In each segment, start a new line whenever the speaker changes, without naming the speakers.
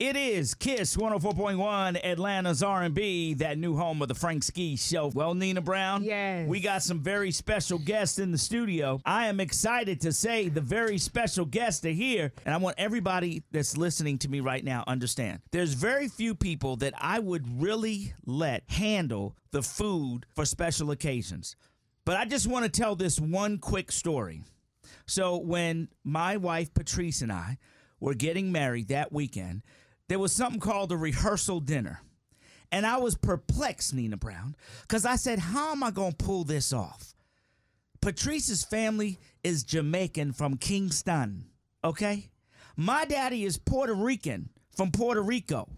It is Kiss 104.1 Atlanta's R&B, that new home of the Frank Ski Show. Well, Nina Brown,
Yes.
we got some very special guests in the studio. I am excited to say the very special guests are here, and I want everybody that's listening to me right now understand. There's very few people that I would really let handle the food for special occasions. But I just want to tell this one quick story. So when my wife Patrice and I were getting married that weekend, there was something called a rehearsal dinner. And I was perplexed, Nina Brown, because I said, How am I going to pull this off? Patrice's family is Jamaican from Kingston, okay? My daddy is Puerto Rican from Puerto Rico,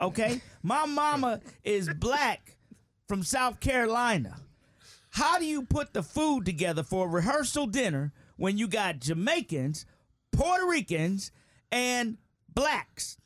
okay? My mama is black from South Carolina. How do you put the food together for a rehearsal dinner when you got Jamaicans, Puerto Ricans, and blacks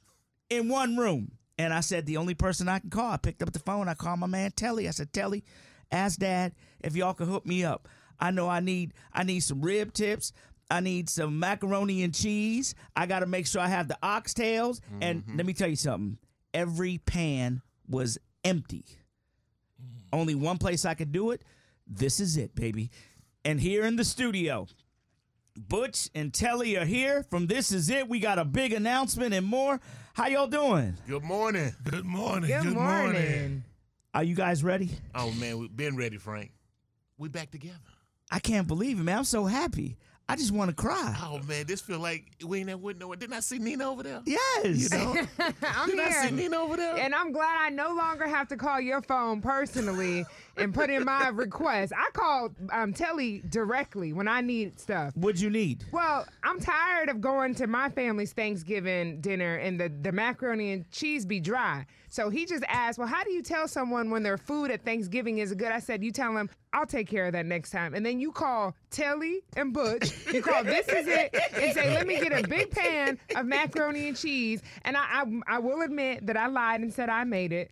in one room? And I said, the only person I can call. I picked up the phone. I called my man Telly. I said, Telly, ask Dad if y'all can hook me up. I know I need I need some rib tips. I need some macaroni and cheese. I got to make sure I have the oxtails. And let me tell you something. Every pan was empty. Only one place I could do it. This is it, baby. And here in the studio, Butch and Telly are here from This Is It. We got a big announcement and more. How y'all doing?
Good morning. Good morning.
Good, morning.
Are you guys ready?
Oh man, we've been ready, Frank. We back together.
I can't believe it, man. I'm so happy. I just want to cry.
Oh man, this feel like we ain't at Whitney. Didn't I see Nina over there?
Yes.
You know?
I'm
Didn't I see
here.
Nina over there?
And I'm glad I no longer have to call your phone personally and put in my request. I call um, Telly directly when I need stuff.
What'd you need?
Well, I'm tired of going to my family's Thanksgiving dinner and the, the macaroni and cheese be dry. So he just asked, Well, how do you tell someone when their food at Thanksgiving is good? I said, You tell them, I'll take care of that next time. And then you call Telly and Butch, you call This Is It, and say, Let me get a big pan of macaroni and cheese. And I, I, I will admit that I lied and said I made it.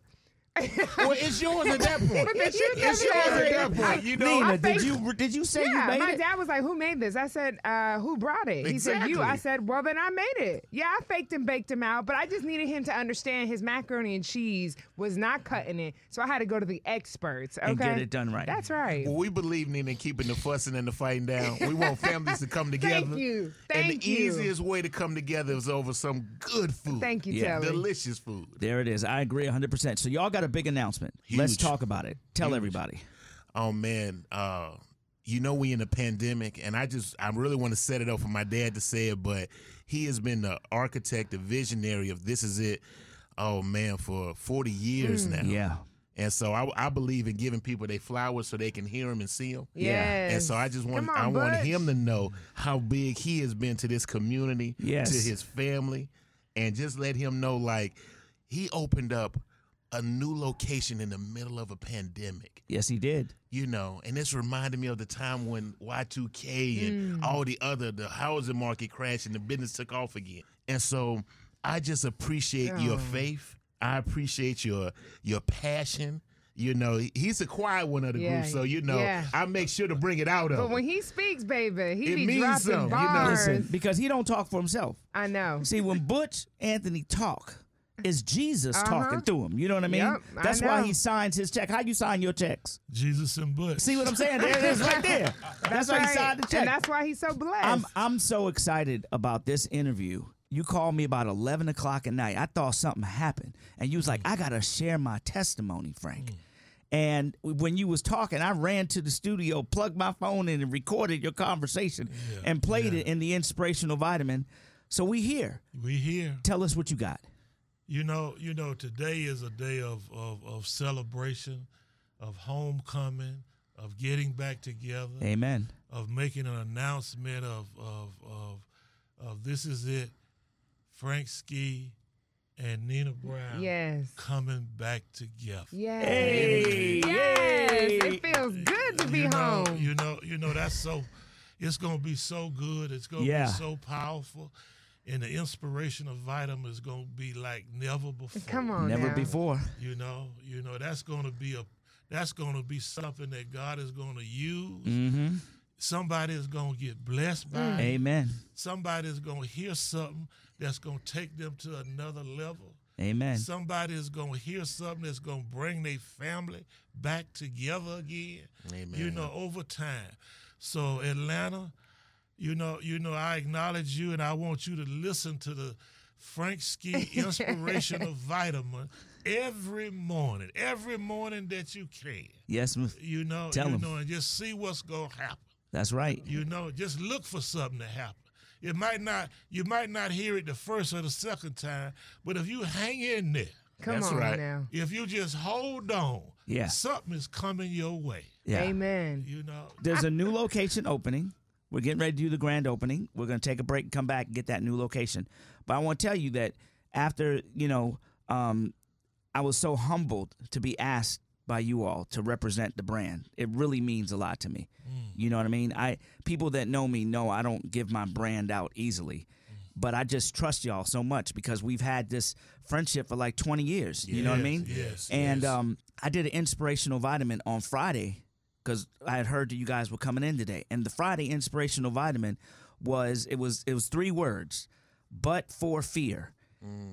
well, it's yours at that point.
But the truth
it's
is,
yours
I-
at that
I-
point. You know,
Nina,
I
did
think-
you did you say
Yeah,
you made
my
it?
dad was like, "Who made this?" I said, uh, "Who brought it?" He said, "You." I
Exactly.
said, "Well, then I made it." Yeah, I faked and baked him out, but I just needed him to understand his macaroni and cheese was not cutting it, so I had to go to the experts. Okay,
And get it done right.
That's right.
well, we believe Nina in keeping the fussing and the fighting down. We want families to come together.
Thank you.
and
Thank
the
you.
easiest way to come together is over some good food.
Thank you,
Yeah.
Telly.
Delicious food.
There it is. I agree 100%. So y'all got a big announcement. Let's
Huge.
talk about it. Tell everybody.
oh man, uh, you know we in a pandemic, and I just I really want to set it up for my dad to say it, but he has been the architect, the visionary of this is it. Oh man, for forty years
Mm.
now.
Yeah.
And so I, I believe in giving people their flowers so they can hear them and see them.
Yes.
And so I just want
Come on,
I want
Butch.
him to know how big he has been to this community,
Yes.
to his family, and just let him know like he opened up a new location in the middle of a pandemic
Yes, he did.
you know, and this reminded me of the time when Y2K
Mm.
and all the other the housing market crashed and the business took off again. And so I just appreciate
Oh.
your faith. I appreciate your your passion. You know, he- he's a quiet one of the
Yeah,
group, so you know
yeah.
I make sure to bring it out of.
But
him.
when he speaks, baby, he
It
be
means
dropping
something, you know.
bars.
Listen, because he don't talk for himself.
I know.
See, when Butch Anthony talk, it's Jesus talking through him. You know what I mean?
Uh-huh. Yep, I
That's why
know.
he signs his check. How you sign your checks?
Jesus and Butch.
See what I'm saying? There it is right there. That's, why he
Right.
signed the check.
And that's why he's so blessed.
I'm I'm so excited about this interview. You called me about eleven o'clock at night. I thought something happened, and you was
Mm.
like, "I gotta share my testimony, Frank." And when you was talking, I ran to the studio, plugged my phone in, and recorded your conversation, and played it in the inspirational vitamin. So we here.
we here.
Tell us what you got.
You know, you know, today is a day of, of, of celebration, of homecoming, of getting back together,
Amen.
of making an announcement of of of, of this is it, Frank Ski and Nina Brown
Yes.
coming back together.
Yes.
Hey,
Yes.
yay.
It feels good to be
you know,
home.
You know, you know that's so. It's gonna be so good. It's gonna
Yeah.
be so powerful, and the inspiration of Vitam is gonna be like never before.
Come on.
Never
now.
before.
You know, you
Mm.
Mm-hmm.
know that's gonna be a that's gonna be something that God is gonna use Somebody is gonna get blessed by it.
Amen.
Somebody's gonna hear something that's gonna take them to another level.
Amen.
Somebody is gonna hear something that's gonna bring their family back together again. You
Amen.
know, over time. So Atlanta, you know, you know, I acknowledge you and I want you to listen to the Frank Ski Inspirational Vitamin every morning. Every morning that you can.
Yes, m-
You know,
Tell
you
'em.
know, and just see what's gonna happen.
that's right.
You know, just look for something to happen. It might not you might not hear it the first or the second time, but if you hang in there,
Come
That's
on
right.
now.
if you just hold on,
Yeah.
something is coming your way.
Yeah.
Amen.
You know.
There's a new location opening. We're getting ready to do the grand opening. We're going to take a break and come back and get that new location. But I want to tell you that after, you know, um, I was so humbled to be asked by you all to represent the brand. It really means a lot to me.
Mm.
You know what I mean? I people that know me know I don't give my brand out easily.
Mm.
But I just trust y'all so much because we've had this friendship for like 20 years. you know what I mean?
Yes.
And um, I did an inspirational vitamin on Friday because I had heard that you guys were coming in today. And the Friday inspirational vitamin was it was it was three words, but for fear.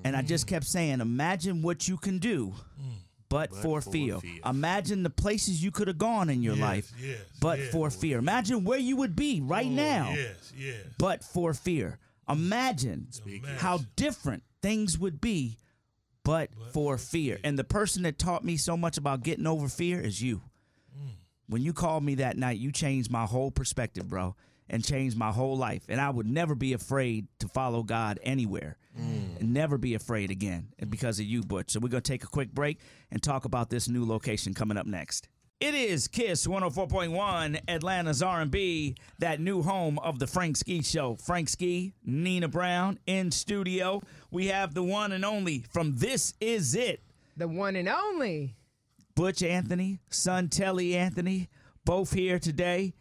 And I just kept saying, imagine what you can do, Mm. but, for, fear. Imagine the places you could have gone in your
Yes,
life,
yes,
but
yes.
for fear. Imagine where you would be right now,
Yes, yes.
but for fear. Imagine how different things would be but, for fear. And the person that taught me so much about getting over fear is you. When you called me that night, you changed my whole perspective, bro, and changed my whole life. And I would never be afraid to follow God anywhere. And never be afraid again because of you, Butch. So we're going to take a quick break and talk about this new location coming up next. It is Kiss 104.1, Atlanta's R&B, that new home of the Frank Ski Show. Frank Ski, Nina Brown in studio. We have the one and only from This Is It,
The one and only.
Butch Anthony, son Telly Anthony, both here today.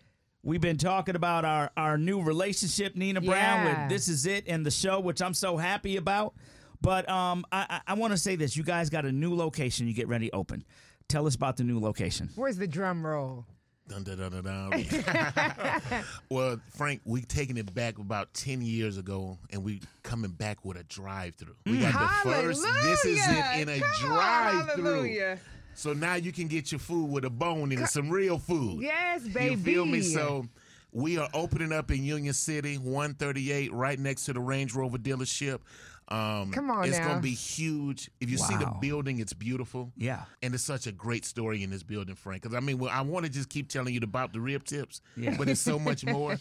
We've been talking about our, our new relationship, Nina Brown,
Yeah.
with This Is It and the show, which I'm so happy about. But um, I, I, I want to say this. You guys got a new location you get ready to open. Tell us about the new location.
Where's the drum roll?
Dun, dun, dun, dun, dun. well, Frank, we taking it back about ten years ago, and we coming back with a drive-through. We got the first. This is it in a
Hallelujah. Mm. Come on,
drive-through.
hallelujah.
So now you can get your food with a bone and some real food.
Yes, baby.
You feel me? So we are opening up in Union City, 138, right next to the Range Rover dealership. Um,
Come on
it's
now.
gonna be huge. If you see the
Wow.
building, it's beautiful.
Yeah.
And it's such a great story in this building, Frank. Because I mean, well, I want to just keep telling you about the rib tips, but there's so much more.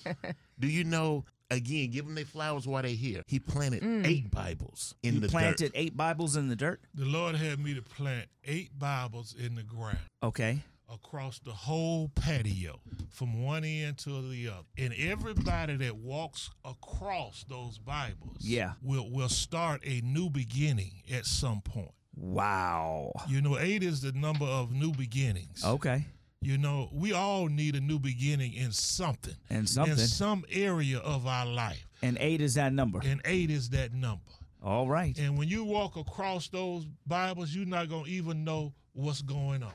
Do you know? Again, give them their flowers while they're here. He planted eight Bibles in
You
the
Mm. planted
dirt.
eight Bibles in the dirt.
The Lord had me to plant eight Bibles in the ground
Okay.
across the whole patio from one end to the other. And everybody that walks across those Bibles
Yeah.
will will start a new beginning at some point.
Wow.
You know, eight is the number of new beginnings.
Okay.
You know, we all need a new beginning in something.
In something.
In some area of our life.
And eight is that number.
And eight is that number.
All right.
And when you walk across those Bibles, you're not going to even know what's going on.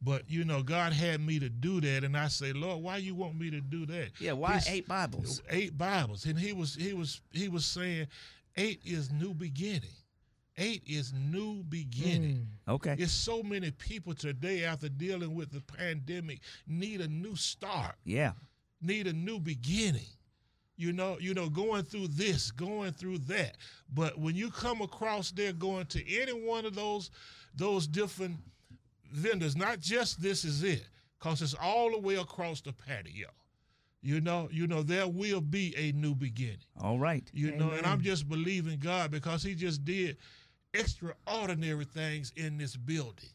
But, you know, God had me to do that. And I say, Lord, why you want me to do that?
Yeah. Why
He's-
eight Bibles?
Eight Bibles. And he was, he was, he was saying, eight is new beginning. Eight is new beginning.
Mm. Okay.
It's so many people today after dealing with the pandemic need a new start,
Yeah.
need a new beginning. You know, you know, going through this, going through that. But when you come across there going to any one of those those different vendors, not just this is it, because it's all the way across the patio. You know, you know, there will be a new beginning.
All right.
You know, and I'm just believing God because He just did extraordinary things in this building.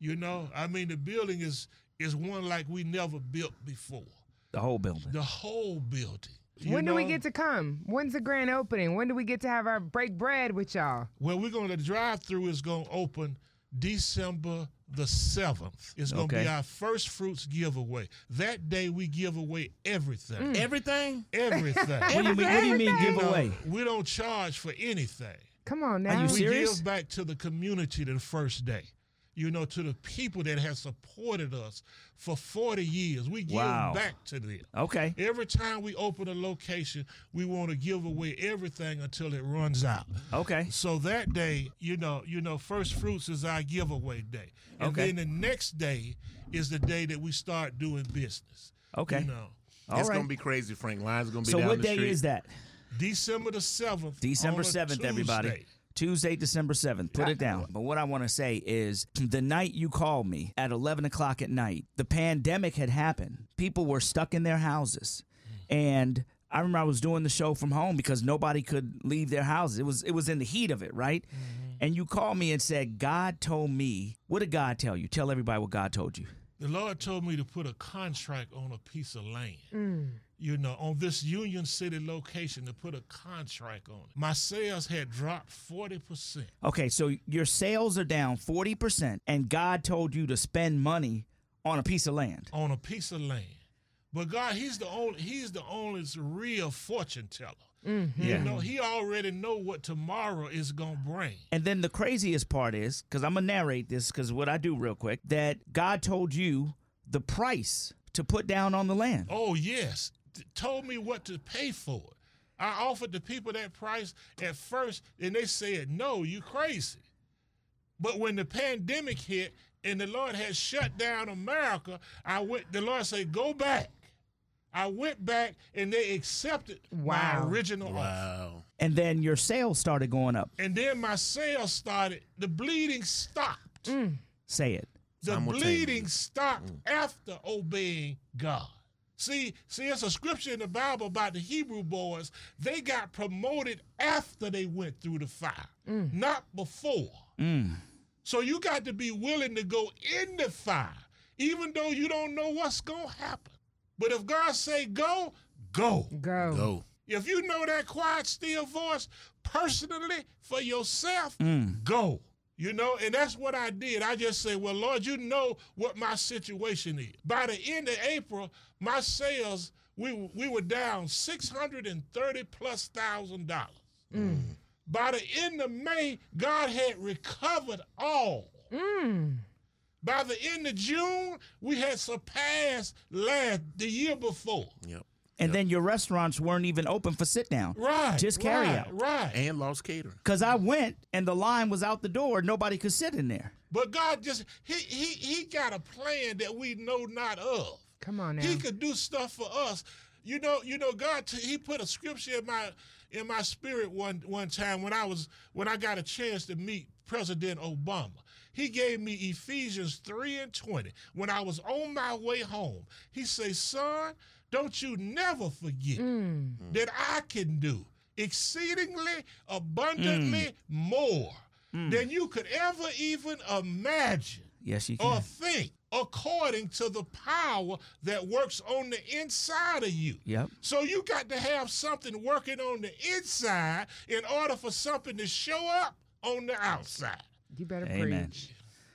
You know, I mean, the building is is one like we never built before.
The whole building.
The whole building. you
when do we
know?
get to come? When's the grand opening? When do we get to have our break bread with y'all?
Well, we're going to drive through is going to open December the 7th. It's going to
Okay.
be our first fruits giveaway. That day we give away everything.
Mm.
Mm.
Everything?
Everything.
What do you mean? What do you mean
You know,
giveaway?
we don't charge for anything.
Come on now.
you
we
serious?
give back to the community the first day. you know, to the people that have supported us for 40 years. We give
Wow.
back to them.
Okay.
Every time we open a location, we want to give away everything until it runs out.
Okay.
So that day, you know, you know, first fruits is our giveaway day, and
Okay.
then the next day is the day that we start doing business.
Okay.
You know,
All
it's
right.
gonna be crazy, Frank. Lines gonna be
so
down
what
the
day
street.
is that?
December the seventh,
December 7th, everybody. Tuesday, December 7th. Put it down. But what I want to say is the night you called me at 11 o'clock at night, the pandemic had happened. People were stuck in their houses. And I remember I was doing the show from home because nobody could leave their houses. It was it was in the heat of it, right?
Mm-hmm.
And you called me and said, God told me. What did God tell you? Tell everybody what God told you.
The Lord told me to put a contract on a piece of land. You know, on this Union City location to put a contract on it. My sales had dropped forty percent.
Okay, so your sales are down 40%, and God told you to spend money on a piece of land.
on a piece of land. But God, He's the only He's the only real fortune teller.
Yeah.
You know, He already know what tomorrow is gonna bring.
And then the craziest part is, because I'm gonna narrate this, because what I do real quick, that God told you the price to put down on the land.
Oh yes, T- told me what to pay for it. I offered the people that price at first, and they said, "No, you crazy." But when the pandemic hit and the Lord had shut down America, I went. The Lord said, "Go back." I went back, and they accepted
Wow.
my original offer.
Wow.
And then your sales started going up.
and then my sales started. The bleeding stopped.
Say it.
The
Simultaneous.
bleeding stopped after obeying God. See, see, it's a scripture in the Bible about the Hebrew boys. They got promoted after they went through the fire, not before. So you got to be willing to go in the fire, even though you don't know what's gonna happen. But if God say go, go.
Oh.
Go.
Go.
If you know that quiet, still voice personally for yourself,
Mm.
go. You know, and that's what I did. I just say, Well, Lord, you know what my situation is. By the end of April, my sales, we, we were down 630 plus thousand dollars. By the end of May, God had recovered all. By the end of June, we had surpassed last the year before.
Yep.
And then your restaurants weren't even open for sit down.
Right.
Just
right,
carry out.
Right.
And lost catering.
Because I went and the line was out the door. Nobody could sit in there.
But God just he he he got a plan that we know not of.
Come on now.
He could do stuff for us. You know, you know, God. T- he put a scripture in my in my spirit one one time when I was when I got a chance to meet President Obama. He gave me Ephesians three and twenty when I was on my way home. He say, "Son, don't you never forget that I can do exceedingly abundantly more than you could ever even imagine."
Yes, you can.
Oh.
or think according to the power that works on the inside of you.
Yep.
So you got to have something working on the inside in order for something to show up on the outside.
You better
Amen.
preach.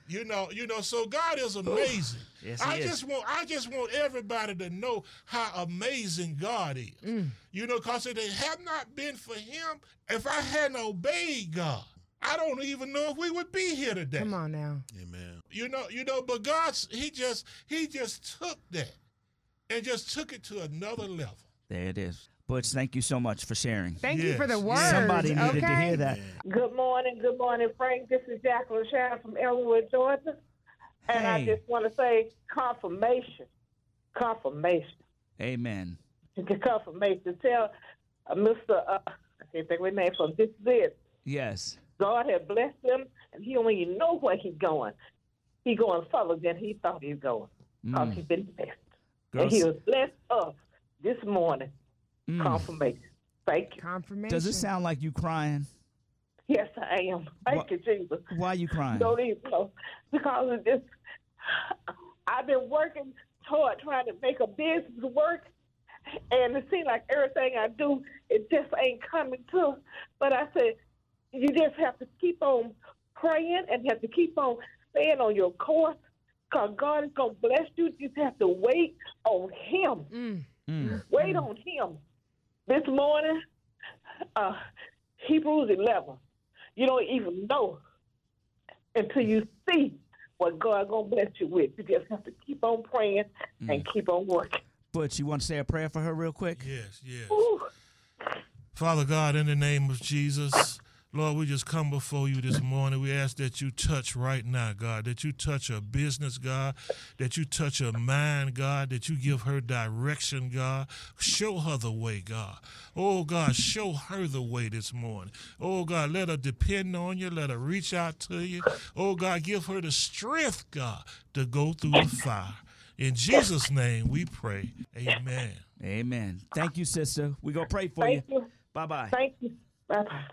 You know, you know, so God is amazing.
Yes, he
I
is.
just want I just want everybody to know how amazing God is.
Mm.
You know, because if it had not been for him, if I hadn't obeyed God, I don't even know if we would be here today.
Come on now.
Amen.
You know, you know, but God's he just he just took that and just took it to another level.
There it is. Butch, thank you so much for sharing.
Thank you for
Yes.
the word.
Somebody
okay?
needed to hear that.
Good morning, good morning, Frank. This is Jacqueline Shannon from Elwood, Georgia. And I
Hey.
just want to say confirmation, confirmation,
Amen.
the confirmation. Tell uh, Mr. Uh, I can't think of his name from this is it.
Yes.
God had blessed him, and he don't even know where he's going. He going further than he thought he was going
Mm.
because he's been blessed. And he
Girls- Mm.
was blessed up this morning. Confirmation. Thank you.
Confirmation.
Does it sound like you crying?
Yes, I am. Thank
Wha-
you, Jesus.
Why are you crying?
don't e even know because of this. I've been working toward trying to make a business work, and it seems like everything I do, it just ain't coming to. But I said, you just have to keep on praying and have to keep on staying on your course. Cause God is gonna bless you. You just have to wait on Him. Wait on Him. This morning, uh, Hebrews 11. You don't even know until you see what God gonna bless you with. You just have to keep on praying and keep on working.
But you want to say a prayer for her real quick?
Yes, yes.
Whew.
Father God, in the name of Jesus, Lord, we just come before you this morning. We ask that you touch right now, God, that you touch her business, God, that you touch her mind, God, that you give her direction, God. Show her the way, God. Oh, God, show her the way this morning. Oh, God, let her depend on you. Let her reach out to you. Oh, God, give her the strength, God, to go through the fire. In Jesus' name we pray. Amen.
Amen. Thank you, sister. We gonna pray for
Thank
you.
you.
Bye bye.
Thank you. Bye bye.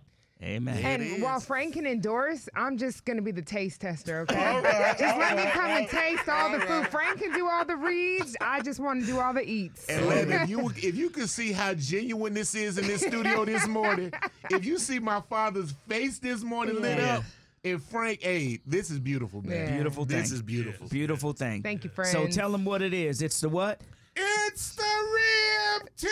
Amen.
And while Frank can endorse, I'm just gonna be the taste tester, okay? just let me come and taste all the food. Frank can do all the reads. I just want to do all the eats.
And Landon, if you if you could see how genuine this is in this studio this morning, if you see my father's face this morning lit
Yeah.
up, and Frank, hey, this is beautiful, man.
Yeah.
Beautiful
This
thing.
is beautiful.
Beautiful thing.
Thank you, friends.
So tell them what it is. It's the what?
It's the rib tip.